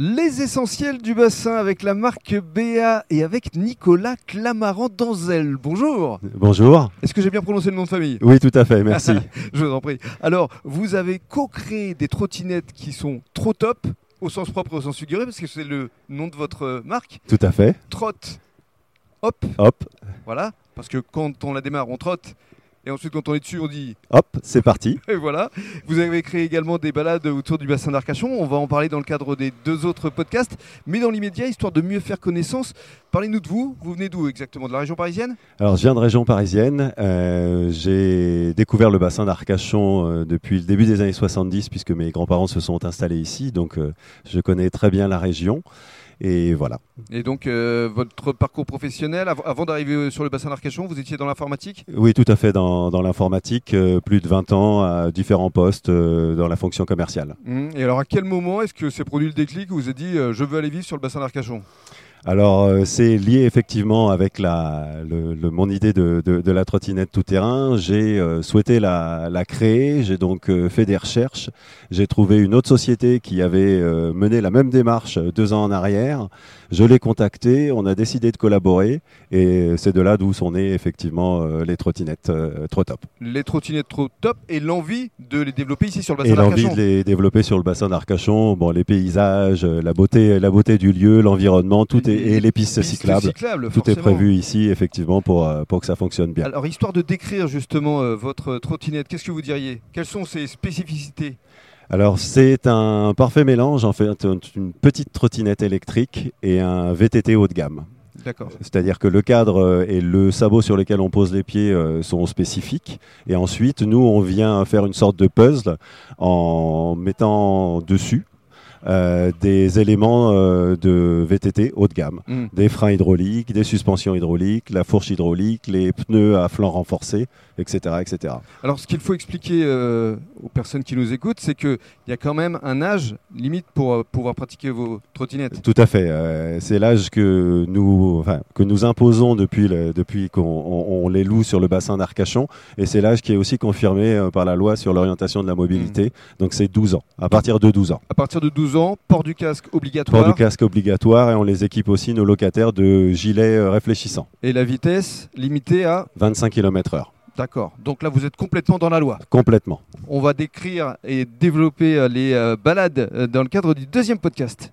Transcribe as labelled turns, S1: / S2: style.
S1: Les essentiels du bassin avec la marque BA et avec Nicolas Clamaran-Danzel. Bonjour.
S2: Bonjour.
S1: Est-ce que j'ai bien prononcé le nom de famille
S2: Oui, tout à fait, merci.
S1: Je vous en prie. Alors, vous avez co-créé des trottinettes qui sont trop top, au sens propre et au sens figuré, parce que c'est le nom de votre euh, marque.
S2: tout à fait.
S1: Trot, hop,
S2: Hop,
S1: voilà. Parce que quand on la démarre, on trotte. Et ensuite, quand on est dessus, on dit
S2: hop, c'est parti.
S1: Et voilà. Vous avez créé également des balades autour du bassin d'Arcachon. On va en parler dans le cadre des deux autres podcasts. Mais dans l'immédiat, histoire de mieux faire connaissance, parlez-nous de vous. Vous venez d'où exactement De la région parisienne
S2: Alors, je viens de région parisienne. Euh, j'ai découvert le bassin d'Arcachon euh, depuis le début des années 70, puisque mes grands-parents se sont installés ici. Donc, euh, je connais très bien la région. Et voilà.
S1: Et donc, euh, votre parcours professionnel, av- avant d'arriver euh, sur le bassin d'Arcachon, vous étiez dans l'informatique
S2: Oui, tout à fait, dans, dans l'informatique, euh, plus de 20 ans à différents postes euh, dans la fonction commerciale.
S1: Mmh. Et alors, à quel moment est-ce que s'est produit le déclic où vous avez dit euh, je veux aller vivre sur le bassin d'Arcachon
S2: Alors, euh, c'est lié effectivement avec la, le, le- mon idée de, de- de la trottinette tout-terrain. J'ai euh, souhaité la, la créer, j'ai donc euh, fait des recherches. J'ai trouvé une autre société qui avait euh, mené la même démarche euh, deux ans en arrière. Je l'ai contactée, on a décidé de collaborer et c'est de là d'où sont nées effectivement euh, les trottinettes euh, trop top.
S1: Les trottinettes trop top et l'envie de les développer ici sur le bassin
S2: Et l'envie
S1: d'Arcachon
S2: de les développer sur le bassin d'Arcachon, bon, les paysages, euh, la beauté, la beauté du lieu, l'environnement, tout est, et les pistes
S1: Piste
S2: cyclables.
S1: cyclable,
S2: Tout est
S1: forcément.
S2: prévu ici, effectivement, pour, euh, pour que ça fonctionne bien.
S1: Alors, histoire de décrire justement euh, votre trottinette, qu'est-ce que vous diriez Quelles sont ses spécificités
S2: Alors, c'est un parfait mélange, en fait, entre une petite trottinette électrique et un VTT haut de gamme.
S1: D'accord.
S2: C'est-à-dire que le cadre euh, et le sabot sur lequel on pose les pieds euh, sont spécifiques. Et ensuite, nous, on vient faire une sorte de puzzle en mettant dessus euh, des éléments euh, de VTT haut de gamme.
S1: Mm.
S2: Des freins hydrauliques, des suspensions hydrauliques, la fourche hydraulique, les pneus à flanc renforcé, etc. etc.
S1: Alors, ce qu'il faut expliquer euh, aux personnes qui nous écoutent, c'est qu'il y a quand même un âge limite pour euh, pouvoir pratiquer vos trottinettes.
S2: Tout à fait. euh, c'est l'âge que nous, enfin, que nous imposons depuis, le- depuis qu'on on- on les loue sur le bassin d'Arcachon. Et c'est l'âge qui est aussi confirmé euh, par la loi sur l'orientation de la mobilité. Donc c'est 12 ans, à partir de 12 ans.
S1: À partir de 12 ans, port du casque
S2: Port
S1: obligatoire
S2: du casque obligatoire et on les équipe aussi, nos locataires, de gilets euh, réfléchissants.
S1: et la vitesse limitée à.
S2: 25 km heure,
S1: D'accord. Donc là, vous êtes complètement dans la loi.
S2: complètement.
S1: On va décrire et développer euh, les euh, balades euh, dans le cadre du deuxième podcast.